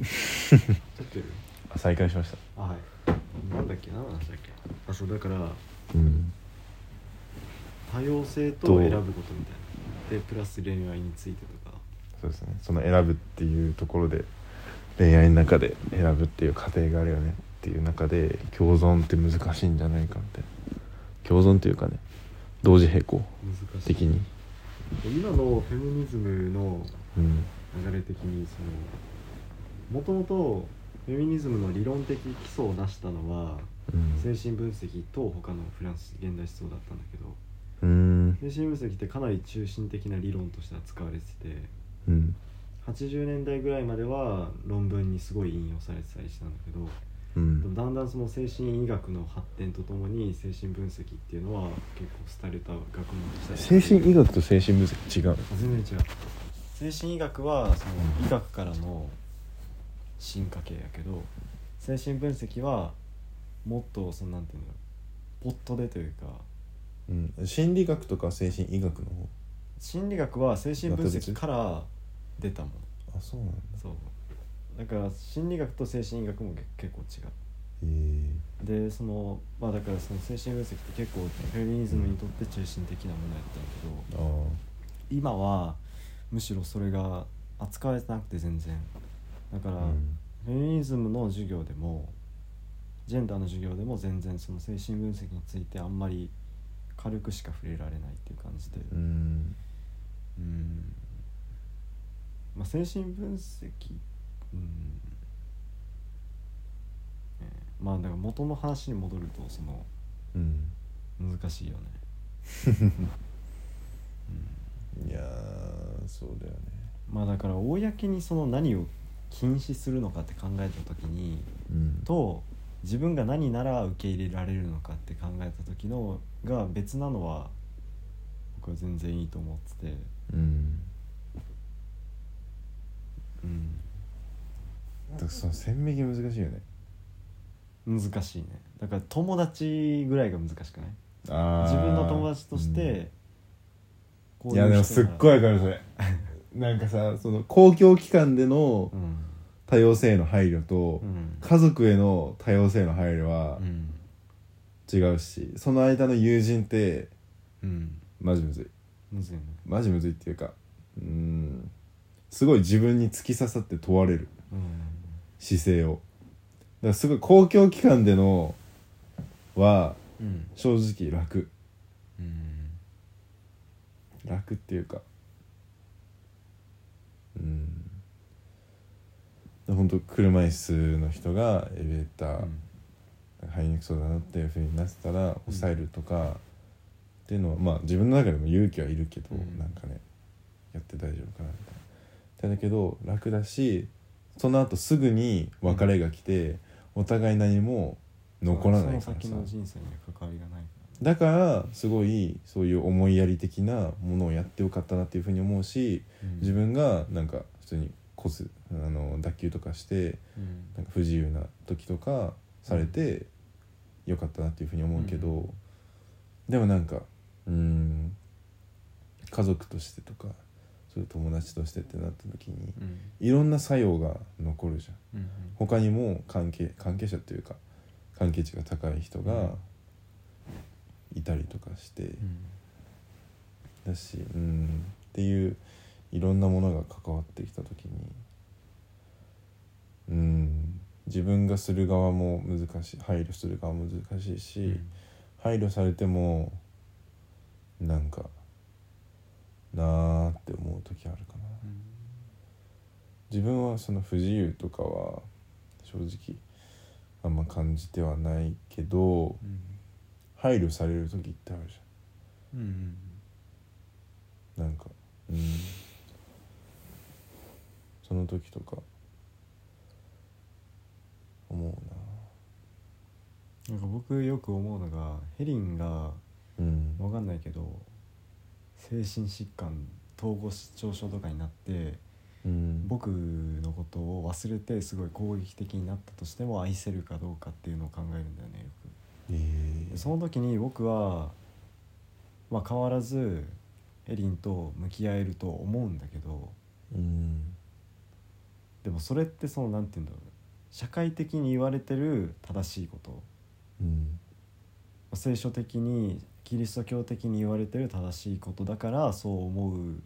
撮ってるあ再開しましたあはいなんだっけ何の話だっけあそうだからうん多様性とどう選ぶことみたいなでプラス恋愛についてとかそうですねその選ぶっていうところで恋愛の中で選ぶっていう過程があるよねっていう中で共存って難しいんじゃないかみたいな共存っていうかね同時並行難しい的に今のフェミニズムのうん流れ的にそのもともとフェミニズムの理論的基礎を成したのはうん精神分析と他のフランス現代思想だったんだけどうん精神分析ってかなり中心的な理論として扱われててうん80年代ぐらいまでは論文にすごい引用されてたりしたんだけどうでもんだんだんその精神医学の発展とともに精神分析っていうのは結構廃れた学問として精神医学と精神分析違うあ全然違う精神医学はその医学からの進化系やけど精神分析はもっとそのなんていうんだろうポットでというかうん心理学とか精神医学の方心理学は精神分析から出たものあそうなんだそうだから心理学と精神医学も結構違うへえでそのまあだからその精神分析って結構フェミニズムにとって中心的なものやったんやけど、ああ今はむしろそれが扱われてなくて全然だから、うんフェミニズムの授業でもジェンダーの授業でも全然その精神分析についてあんまり軽くしか触れられないっていう感じでうんうんまあ精神分析うん、ねまあだから元の話に戻るとそのうん難しいよねいやーそうだよねまあだから公にその何を禁止するのかって考えた時にうんと自分が何なら受け入れられるのかって考えた時のが別なのは僕は全然いいと思っててうんうんだからその線引き難しいよね難しいねだから友達ぐらいが難しくないあ自分の友達として、こいやでもすっごいいわかるそ れなんかさその公共機関でのうん多様性への配慮と、うん家族への多様性への配慮はうん違うしその間の友人ってうんマジむずいむずいよねマジむずいっていうかうーんすごい自分に突き刺さって問われるう姿勢をだからすごい公共機関でのはんうん正直楽うん楽っていうかうん本当車椅子の人がエレベーター入りにくそうだなっていうふうになってたら抑えるとか、っていうのはまあ自分の中でも勇気はいるけど、うんなんかねやって大丈夫かなみたいな。だけど楽だしその後すぐに別れが来て、お互い何も残らないそかのら先さの人生には関わりがないからだからすごいそういう思いやり的なものをやってよかったなっていうふうに思うしうん自分がなんか普通にこすあの脱臼とかしてうんなんか不自由な時とかされてよかったなっていうふうに思うけど、でもなんかうーん家族としてとかそういう友達としてってなった時にうんいろんな作用が残るじゃん。うん他にも関係関係者というか関係値が高い人がいたりとかして、うんだしうんっていういろんなものが関わってきた時にうん自分がする側も難しい配慮する側も難しいし、配慮されてもなんかなーって思う時あるかな。自分はその不自由とかは正直あんま感じてはないけど配慮される時ってあるじうんうんゃんなんかうんその時とか思うななんか僕よく思うのがヘリンがうんわかんないけど精神疾患統合失調症とかになってうん僕のことを忘れてすごい攻撃的になったとしても愛せるかどうかっていうのを考えるんだよねよえくーでその時に僕は、まあ、変わらずヘリンと向き合えると思うんだけどうんでもそれってそのなんて言うんだろう社会的に言われてる正しいことうん聖書的にキリスト教的に言われてる正しいことだからそう思う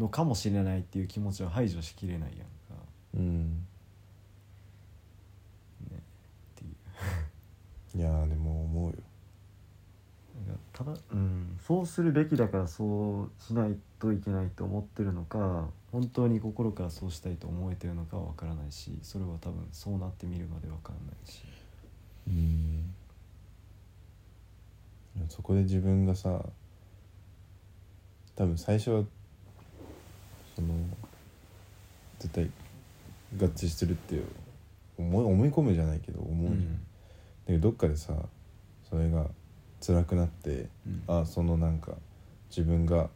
のかもしれないっていう気持ちを排除しきれないやんかうんっていういやーでも思うよなんかただ、うん、そうするべきだからそうしないといけないと思ってるのか本当に心からそうしたいと思えてるのかは分からないしそれは多分そうなってみるまで分からないしうんでもそこで自分がさ多分最初はその絶対合致してるって思い思い込むじゃないけど思うじゃん、だけどどっかでさそれが辛くなってうんあそのなんか自分が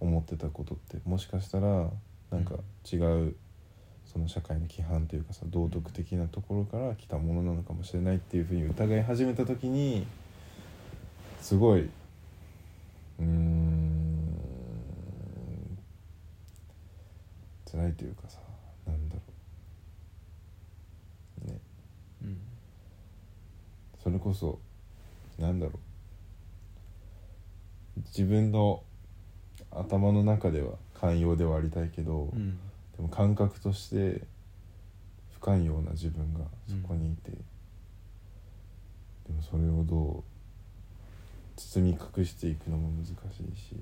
思ってたことってもしかしたらなんか違う、その社会の規範というかさ道徳的なところから来たものなのかもしれないっていうふうに疑い始めた時にすごいうーん辛いというかさなんだろうねうんそれこそなんだろう自分の頭の中では寛容ではありたいけど、うんでも感覚として不寛容な自分がそこにいて、でもそれをどう包み隠していくのも難しいし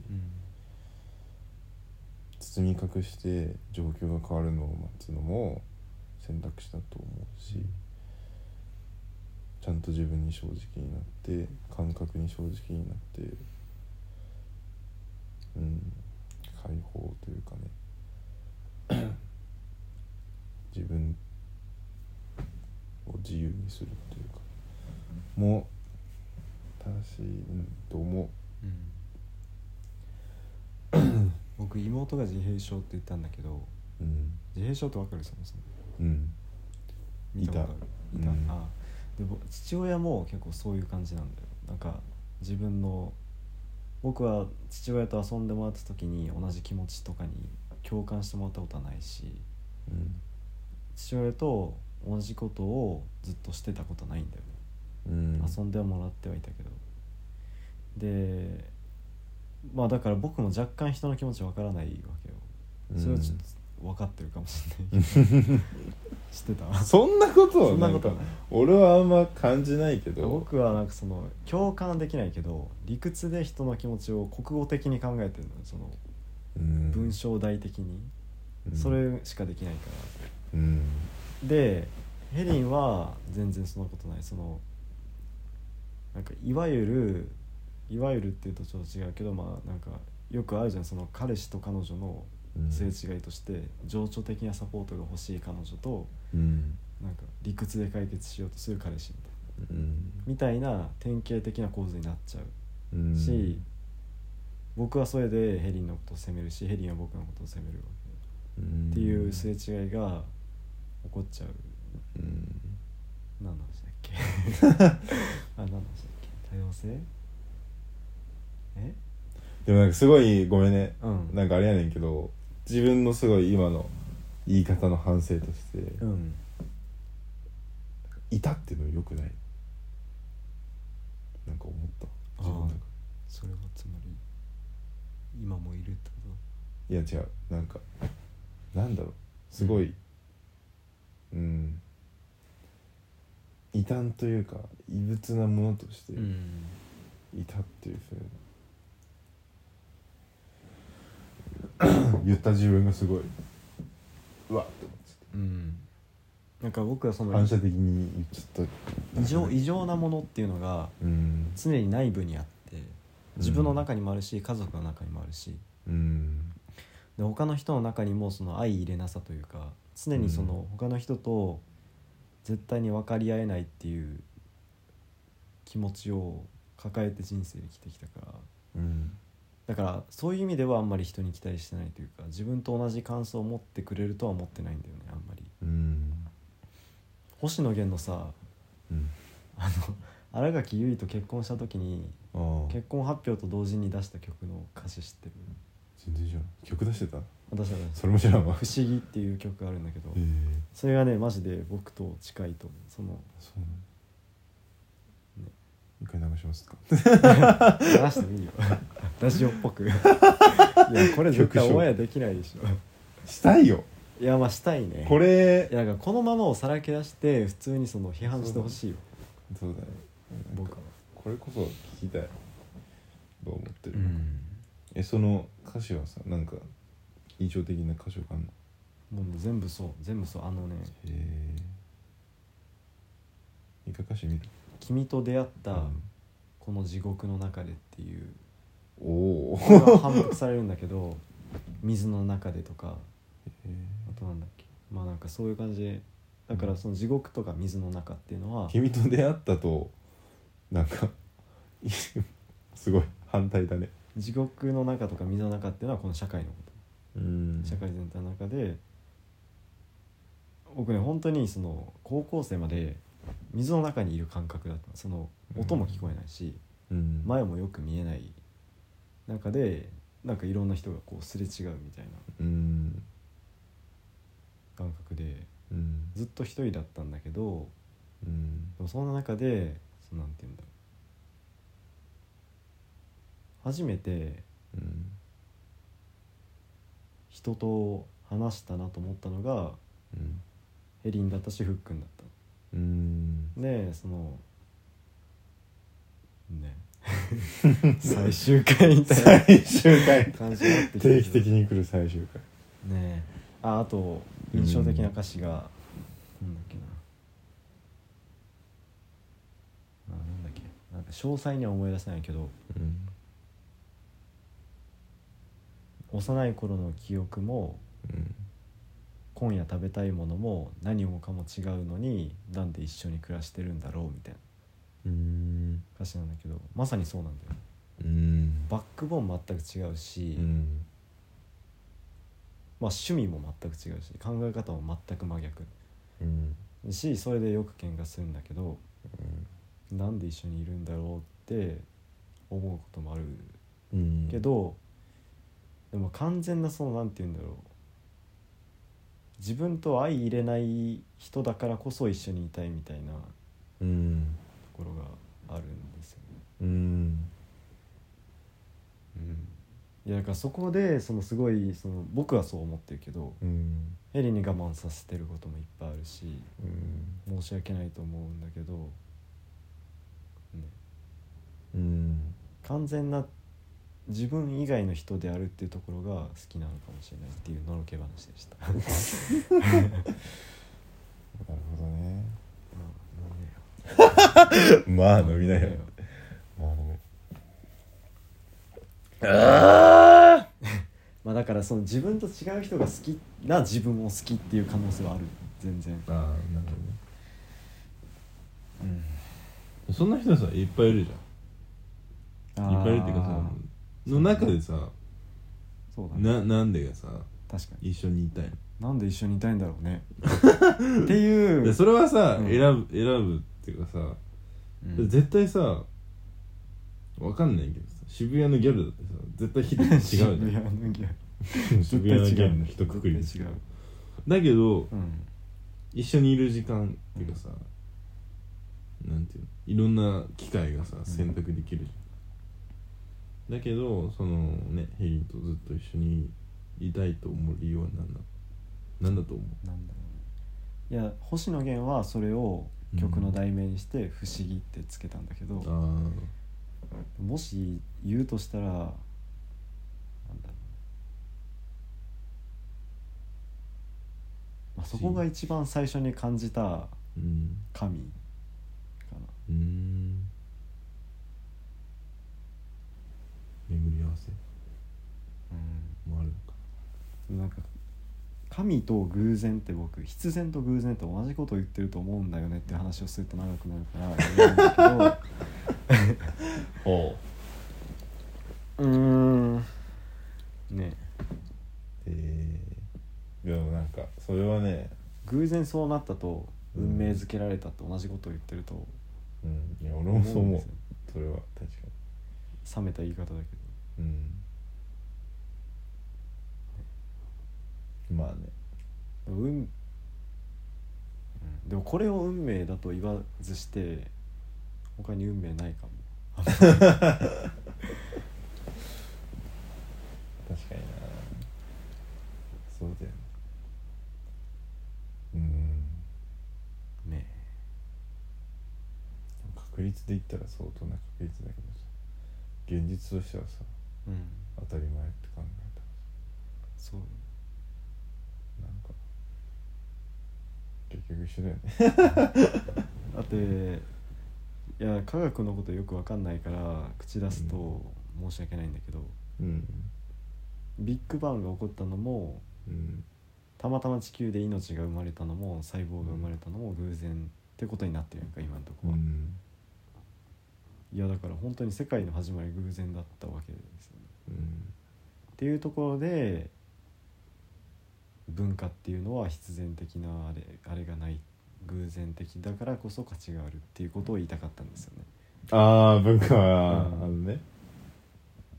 包み隠して状況が変わるのを待つのも選択肢だと思うしちゃんと自分に正直になって感覚に正直になってうん解放というかね 自分を自由にするというかもう正しいうんと思うん 僕妹が自閉症って言ったんだけどううん自閉症って分かるそもそもうん見たことあるいいたた、うんあで僕父親も結構そういう感じなんだよなんか自分の僕は父親と遊んでもらった時に同じ気持ちとかに共感してもらったことはないしうん父親と同じことをずっとしてたことないんだよね、うん遊んではもらってはいたけどでまあだから僕も若干人の気持ちわからないわけよそれはちょっと分かってるかもしれないけ ど知ってたそんなことはそんなことなはなんかい俺はあんま感じないけど僕はなんかその共感できないけど理屈で人の気持ちを国語的に考えてるのよそのうん文章題的に、うんそれしかできないかうんらでヘリンは全然そんなことないそのなんかいわゆるいわゆるっていうとちょっと違うけどまあなんかよくあるじゃんその彼氏と彼女のうんすれ違いとして情緒的なサポートが欲しい彼女とうんなんか理屈で解決しようとする彼氏みたいなうんみたいな典型的な構図になっちゃううんし、僕はそれでヘリンのことを責めるしヘリンは僕のことを責めるわけうんっていうすれ違いが起こっちゃううん何の話だっけ あ何の話だっけ多様性えでもなんかすごいごめんねうんなんかあれやねんけど自分のすごい今の言い方の反省としてうん「いた」っていうのよくないなんか思った自分の中それはつまり今もいるってこいや違うなんかなんだろうすごいうん、異端というか異物なものとしてとんいたっていうふうに言った自分がすごいうわっと思ってうんなんか僕はその反射的に言っちゃった異常うん異常なものっていうのがうん常に内部にあって自分の中にもあるし家族の中にもあるしうんで他の人の中にもその相入れなさというか常にその他の人と絶対に分かり合えないっていう気持ちを抱えて人生で生きてきたからうんだからそういう意味ではあんまり人に期待してないというか自分と同じ感想を持ってくれるとは思ってないんだよねあんまりうん星野源のさうんあの新垣結衣と結婚した時にああ結婚発表と同時に出した曲の歌詞知ってる全然じゃん曲出してたう私はねそれも知ら んわ「不思議」っていう曲があるんだけどええそれがねマジで僕と近いと思うそのそうなの一回流しますか 流してもいいよ ラジオっぽくいやこれ絶対オンエアできないでしょしたいよいやまあしたいねこれいやだからこのままをさらけ出して普通にその批判してほしいよそうだねなん僕かはこれこそ聞きたいどう思ってる、えその歌詞はさなんか印象的な歌詞わかんのもう全部そう全部そうあのねへえ一回歌詞見る「君と出会ったうんこの地獄の中で」って いうおおこれは反復されるんだけど「水の中で」とかあとなんだっけまあなんかそういう感じでだからその地獄とか水の中っていうのは君と出会ったとなんか すごい反対だね地獄の中とか水の中っていうのはこの社会のことうん社会全体の中で僕ね本当にその高校生まで水の中にいる感覚だったその音も聞こえないし、うん前もよく見えない中でなんかいろんな人がこうすれ違うみたいなうん感覚でうんずっと一人だったんだけどうんでもそんな中でそのなんて言うんだろう初めてうん人と話したなと思ったのがうんヘリンだったしフックンだったうんでその ね最終回みたい最終回な 感じになってきて定期的に来る最終回ねああと印象的な歌詞が、なんだっけなあなんだっけなんか詳細には思い出せないけどうん幼い頃の記憶もうん今夜食べたいものも何もかも違うのになんで一緒に暮らしてるんだろうみたいなうん歌詞なんだけどまさにそうなんだようんバックボーン全く違うし、うんまあ、趣味も全く違うし考え方も全く真逆うんしそれでよく喧嘩するんだけどなんで一緒にいるんだろうって思うこともあるうんけど、でも完全なそのなんて言うんだろう自分と相入れない人だからこそ一緒にいたいみたいなとうんころがあるんですよね。うんいやだからそこでそのすごいその僕はそう思ってるけどうんヘリに我慢させてることもいっぱいあるしうん申し訳ないと思うんだけど、ね、うん完全な自分以外の人であるっていうところが好きなのかもしれないっていうのろけ話でした。うんなるほどね飲めよまあ飲みなよ飲めよまあ飲めまあだからその自分と違う人が好きな自分を好きっていう可能性はある全然ああなるほどねうんそんな人さいっぱいいるじいゃんいっぱいいるっていうかさの中でさそうだねななんでがさ確かに一緒にいたいなんで一緒にいたいんだろ うねっていのうでそれはさうん選ぶ選ぶっていうかさうん絶対さわかんないけどさ渋谷のギャルだってさ絶対ヒデと違う じ渋ゃん谷のギャル渋谷のギャルの一括りで絶対違うだけどうん一緒にいる時間っていうかさなんていうのいろんな機会がさ選択できるじゃんだけどそのねヘリーとずっと一緒にいたいと思う理由は何だ何だと思うなんだろうねいや星野源はそれを曲の題名にして「不思議」ってつけたんだけど、あもし言うとしたらなんだろうまあ、そこが一番最初に感じたーうん神かなうーん巡り合わせもあるのかうんなんか神と偶然って僕必然と偶然って同じことを言ってると思うんだよねっていう話をすると長くなる から言えないんだほけどうーんねうえー、でもなんかそれはね偶然そうなったと運命づけられたって同じことを言ってるとうんいや俺思うもんそう思でうすよそれは確か冷めた言い方だけどにうんまあね運、うん、でもこれを運命だと言わずして他に運命ないかも 確かになそうだよねうんね確率で言ったら相当な確率だけどさ現実としてはさえうん当たり前って考えたそうらなんか結局一緒だよねだっていや科学のことよくわかんないから口出すと申し訳ないんだけど、 うんビッグバンが起こったのもうんたまたま地球で命が生まれたのも細胞が生まれたのも偶然ってことになってるやんか今のとこうは、んいやだから本当に世界の始まり偶然だったわけですよねうんっていうところで文化っていうのは必然的なあれあれがない偶然的だからこそ価値があるっていうことを言いたかったんですよねああ文化は、うんあのね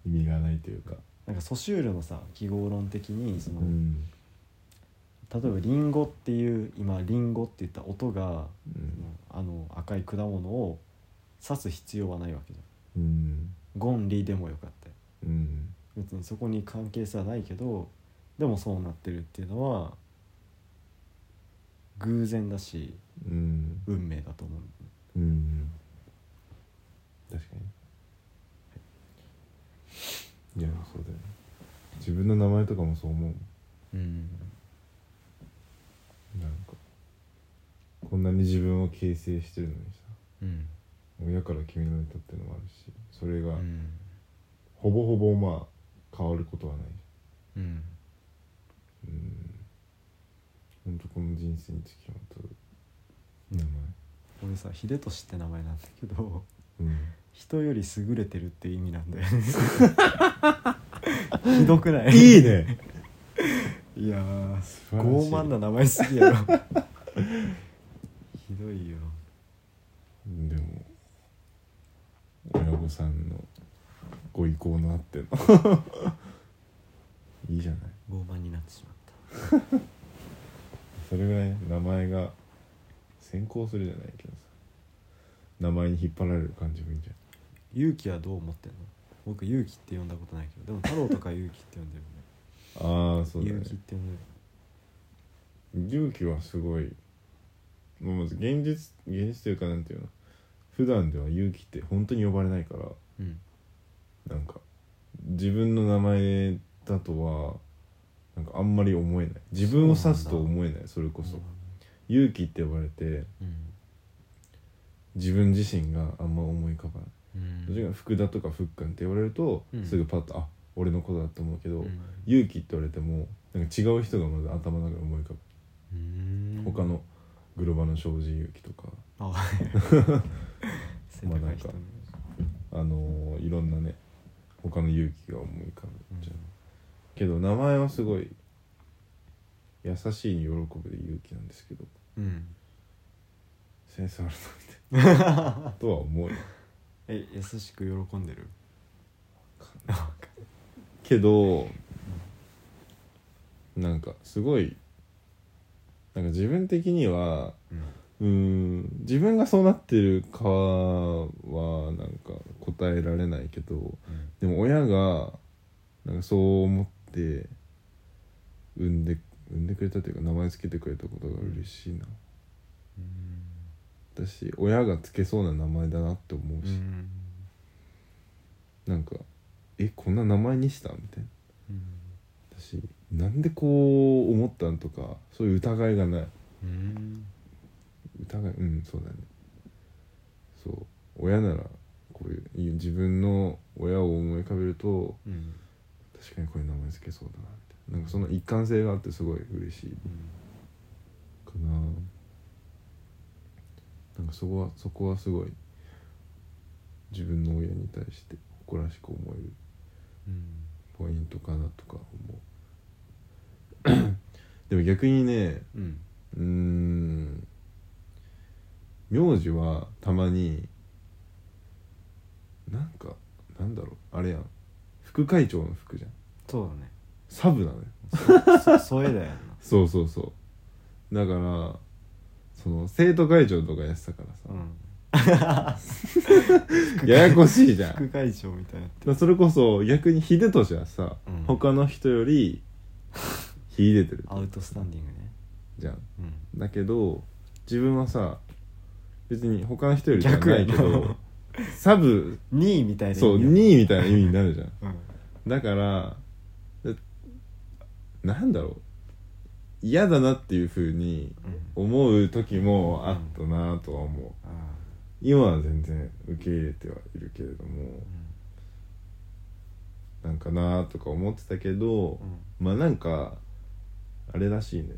意味がないというかなんかソシュールのさ記号論的にその、うん例えばリンゴっていう今リンゴって言った音が、うんあの赤い果物を指す必要はないわけじゃんうんゴンリでもよかったようん別にそこに関係性はないけどでもそうなってるっていうのは偶然だしうん運命だと思ううん確かにいやそうだよね自分の名前とかもそう思うもんうんなんかこんなに自分を形成してるのにさうん親から決められたっていうのもあるしそれうがんほぼほぼまあ変わることはないうんうんほんとこの人生につきまとう名前俺さ秀俊って名前なんだけどうん人より優れてるって意味なんだよねひどくないいいねいやー素晴らし傲い慢な名前すぎやろひどいよでも親御さんのご意向のあっての いいじゃない傲慢になってしまったそれぐらい名前が先行するじゃないけどさ名前に引っ張られる感じもいいじ勇気はどう思ってんの僕勇気って呼んだことないけどでも太郎とか勇気って呼んでるよねゃんああそうだね勇気って呼んでる勇気はすごいもうまず現実現実というかなんていうの普段では勇気って本当に呼ばれないからうんなんか自分の名前だとはなんかあんまり思えない自分を指すと思えないそれこそ、勇気って呼ばれてうん自分自身があんま思い浮かばない、うんどっちかが福田とか福君って言われると、うんすぐパッとあ俺のことだと思うけど、うん勇気って言われてもなんか違う人がまず頭の中に思い浮かぶ、うん他のグローバルの庄司勇気とかあ 背高い人ねあのーいろんなね他の勇気が思い浮かぶじゃん、けど名前はすごい優しいに喜ぶで勇気なんですけどうんセンスあるなっ てとは思うよえ優しく喜んでるけどなんかすごいなんか自分的にはうんうーん自分がそうなってるかはなんか答えられないけどでも親がなんかそう思って産んで産んでくれたというか名前つけてくれたことが嬉しいなだし親がつけそうな名前だなって思ううし、んなんかえこんな名前にしたみたいなうんだしなんでこう思ったんとかそういう疑いがないうん疑いうんそうだねそう親ならこういうい自分の親を思い浮かべるとうん確かにこういう名前付けそうだなみたいななんかその一貫性があってすごい嬉しいかななんかそこはそこはすごい自分の親に対して誇らしく思えるうんポイントかなとか思う でも逆にねうんうーん名字はたまになんかなんだろうあれやん副会長の副じゃんそうだねサブだねそ 添えだよなそうそうそうだからその生徒会長とかやってたからさ、ややこしいじゃん副会長みたいなだからそれこそ逆に秀俊はさ、うん他の人よ り秀でてるアウトスタンディングね、じゃんうん、だけど自分はさ別に他の人よりじゃないけ逆やどなサブ2位みたいなそう2位みたいな意味になるじゃんたいな、だからだなんだろう嫌だなっていうふうにうんうん、思う時もあったなとは思うあ今は全然受け入れてはいるけれどもーなんかなとか思ってたけどうんまあなんかあれらしいね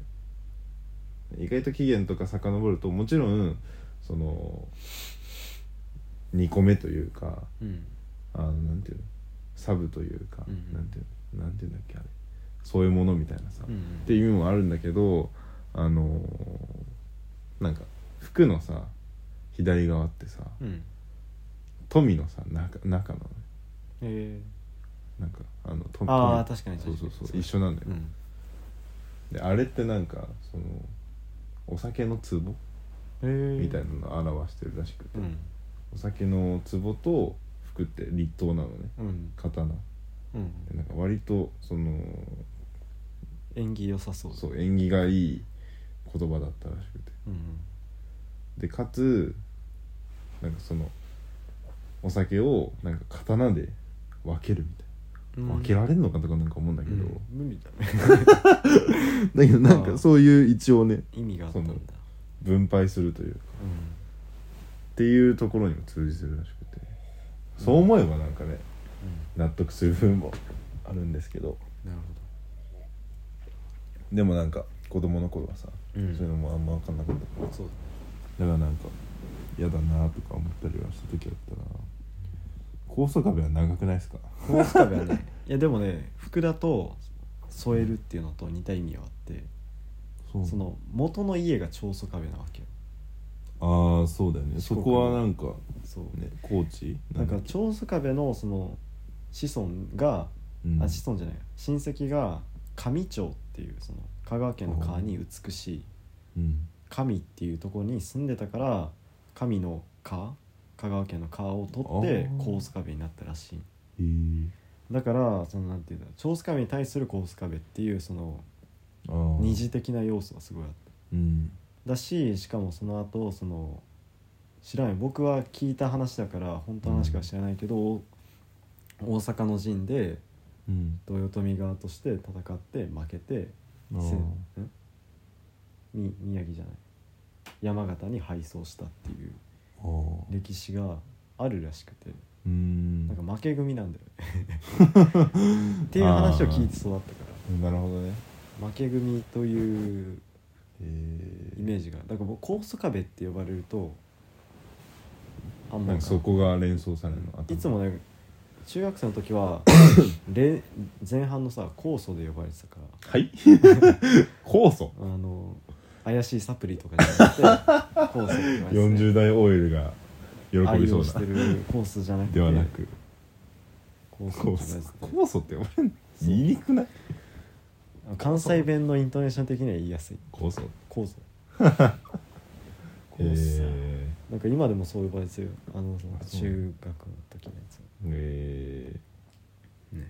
意外と期限とか遡るともちろんその2個目というかうんうんあのなんていうのサブというか、うんうんなんていうのなんていうんだっけあれそういうものみたいなさ、うんうんっていう意味もあるんだけどあのーなんか服のさ左側ってさうん富のさ中中なのねえなんかあの富ー、ああ富確かにそ確うかそうにそう一緒なんだよ、うんであれってなんかそのお酒の壺えー、みたいなのを表してるらしくて、うんお酒の壺と服って立刀なのねうん刀うんでなんか割とその縁起良さそうう、そう縁起がいい言葉だったらしくてうんでかつなんかそのお酒をなんか刀で分けるみたいうん、な、分けられんのかとかなんか思うんだだけど、無理だねだけどなんあかあそういう一応ね意味があったんだその分配するというかっていうところにも通じてるらしくてそう思えばなんかねうん、うん納得する部分もあるんですけどなるでもなんか子供の頃はさ、ほど、うんそういうのもあんま分かんなかったからそうだからなんか嫌だなとか思ったりはした時あったな高層壁は長くないですか高層壁はねいやでもね福田と添えるっていうのと似た意味はあってそその元の家が長層壁なわけよああそうだよね四そ国こはなんかそうね高知なんかだっけ長層壁のその子孫が、うんあ子孫じゃない親戚が上町っていうその香川県の川に美しいうん神っていうところに住んでたから神の川香川県の川を取ってあー高層壁になったらしいへえだからそのなんていうんだろう長層壁に対する高層壁っていうそのあー二次的な要素がすごいあったうんだししかもその後その知らんよ僕は聞いた話だから本当の話かは知らないけど、大阪の陣でうん豊臣側として戦って負けてあーせんみ宮城じゃない山形に敗走したっていうあー歴史があるらしくてうんなんか負け組なんだよねっていう話を聞いて育ったかなるほどねら負け組というイへえメージがだから僕高素壁って呼ばれるとあんまなんりかそこが連想されるの頭いつもね中学生の時 はれ前半のさ酵素で呼ばれてたかはい 酵素らあの怪しいサプリとかじゃなくて酵素って呼ばれてて40代オイルが喜び愛そうをしてなるコースじゃなくてではなく酵素酵って素呼ばれてて酵素って呼ばれんの言いにくない関西弁のイントネーション的には言いやすい酵 素へ酵素酵素えなんか今でもそう呼ばれてるよあのあそう中学の時のやつへえね、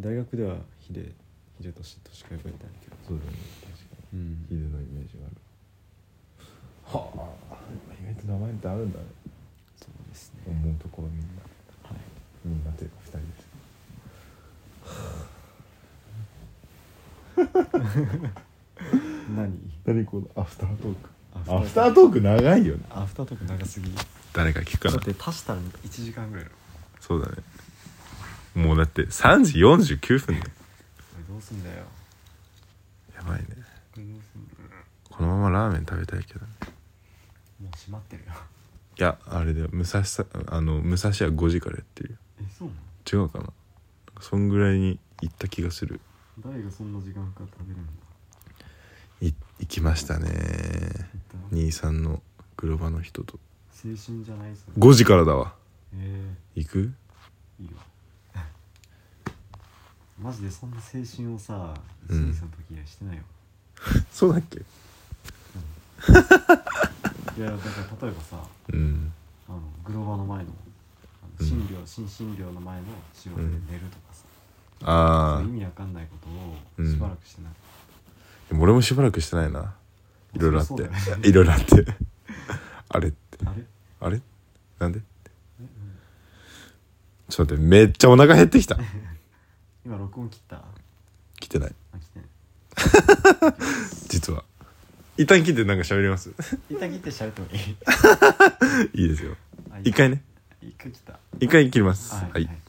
大学ではヒデヒデとしてとしか呼ばれてないけど、そうだよね確かにうんヒデのイメージがあるはあ意外と名前ってあるんだねそうですね、思うところみんなはい、みんなというか2人です何何このアフタートークアアフフタターートーク長いよねアフタートーク長すぎだ誰か聞くって足したら1時間ぐらいだろそうだねもうだって3時49分だよこれどうすんだよやばいねこれどうすんだよこのままラーメン食べたいけどねもう閉まってるよいやあれだよ武蔵さあの武蔵は5時からやってるえそうなのよ違うかなそんぐらいに行った気がする誰がそんな時間か食べるんだい行きましたね一兄さんの黒場の人と体青春じゃないそれ5時からだわえ行くー、いいよ マジでそんな青春をさうん一年生の時以来してないよ、そうだっけいやだから例えばさうんあのグローバーの前のあうんの診療、新診療の前の仕事で寝るとかさ、あそうあいう意味わかんないことうをんしばらくしてない、でも俺もしばらくしてないないろいろあっそりてゃそうだよねいろいろあってあれあれあれなんでえうんちょっと待ってめっちゃお腹減ってきた今録音切ったあ来てない来てない実は一旦切ってなんか喋り ます一旦切って喋ってもいいいいですよあいい一回ね一回切った一回切りますあはいはい